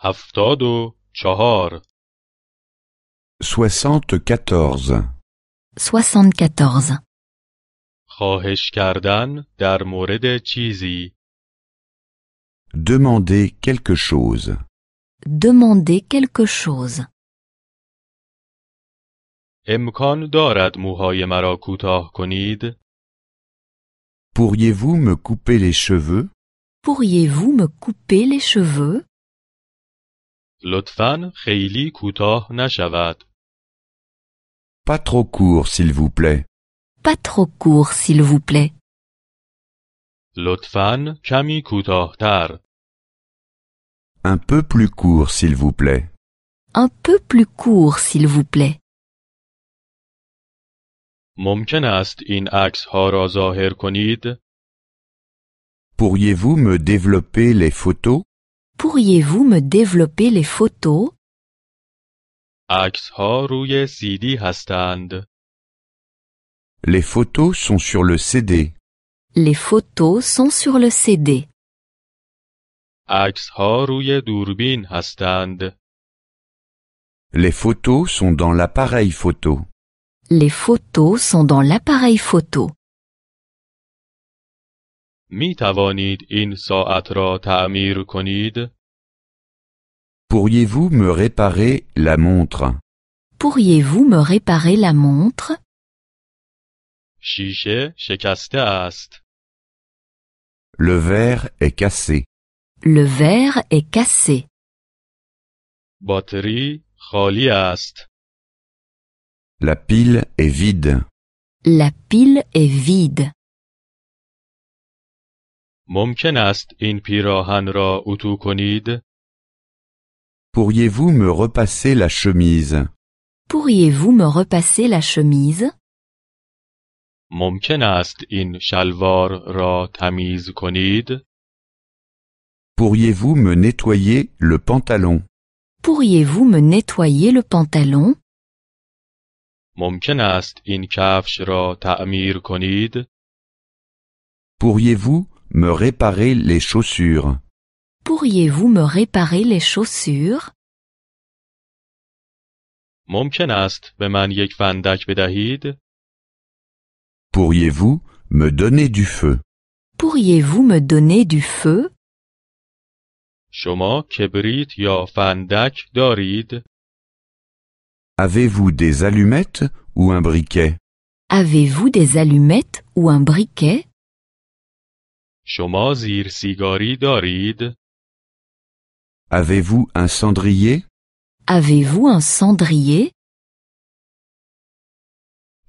هفتاد و چهار soixante-quatorze, 74. خواهش کردن در مورد چیزی demander quelque chose, Demander quelque chose. امکان دارد موهای مرا کوتاه کنید pourriez-vous me couper les cheveux, Pourriez-vous me couper les cheveux لطفا خیلی کوتاه نشود pas trop court s'il vous plaît, Pas trop court, s'il vous plaît. لطفا کمی کوتاهتر un peu plus court s'il vous plaît, Un peu plus court, s'il vous plaît. ممکن است این عکس ها را ظاهر کنید pourriez-vous me développer les photos, Pourriez-vous me développer les photos عکس ها روی سیدی هستند les photos sont sur le CD, Les photos sont sur le CD. عکس ها روی دوربین هستند les photos sont dans l'appareil photo, Les photos sont dans l'appareil photo. می توانید این ساعت را تعمیر کنید pourriez-vous me réparer la montre, Pourriez-vous me réparer la montre شیشه شکسته است le verre est cassé, Le verre est cassé. باتری خالی است la pile est vide, La pile est vide. ممکن است این پیراهن را اتو کنید؟ pourriez-vous me repasser la chemise, Pourriez-vous me repasser la chemise ممکن است این شلوار را تمیز کنید؟ pourriez-vous me nettoyer le pantalon, Pourriez-vous me nettoyer le pantalon ممکن است این کفش را تعمیر کنید؟ Pourriez-vous me réparer les chaussures Pourriez-vous me réparer les chaussures ممکن است به من یک فندک بدهید؟ Pourriez-vous me donner du feu Pourriez-vous me donner du feu شما کبریت یا فندک دارید؟ Avez-vous des allumettes ou un briquet Avez-vous des allumettes ou un briquet شما زیر سیگاری دارید؟ Avez-vous un cendrier Avez-vous un cendrier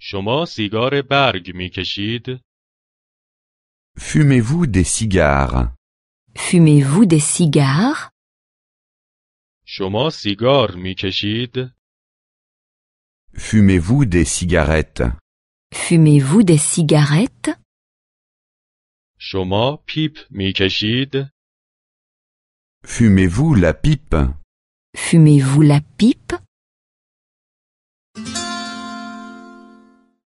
شما سیگار برگ می کشید؟ Fumez-vous des cigares Fumez-vous des cigares شما سیگار می کشید؟ Fumez-vous des cigarettes Fumez-vous des cigarettes شما پیپ می کشید؟ Fumez-vous la pipe Fumez-vous la pipe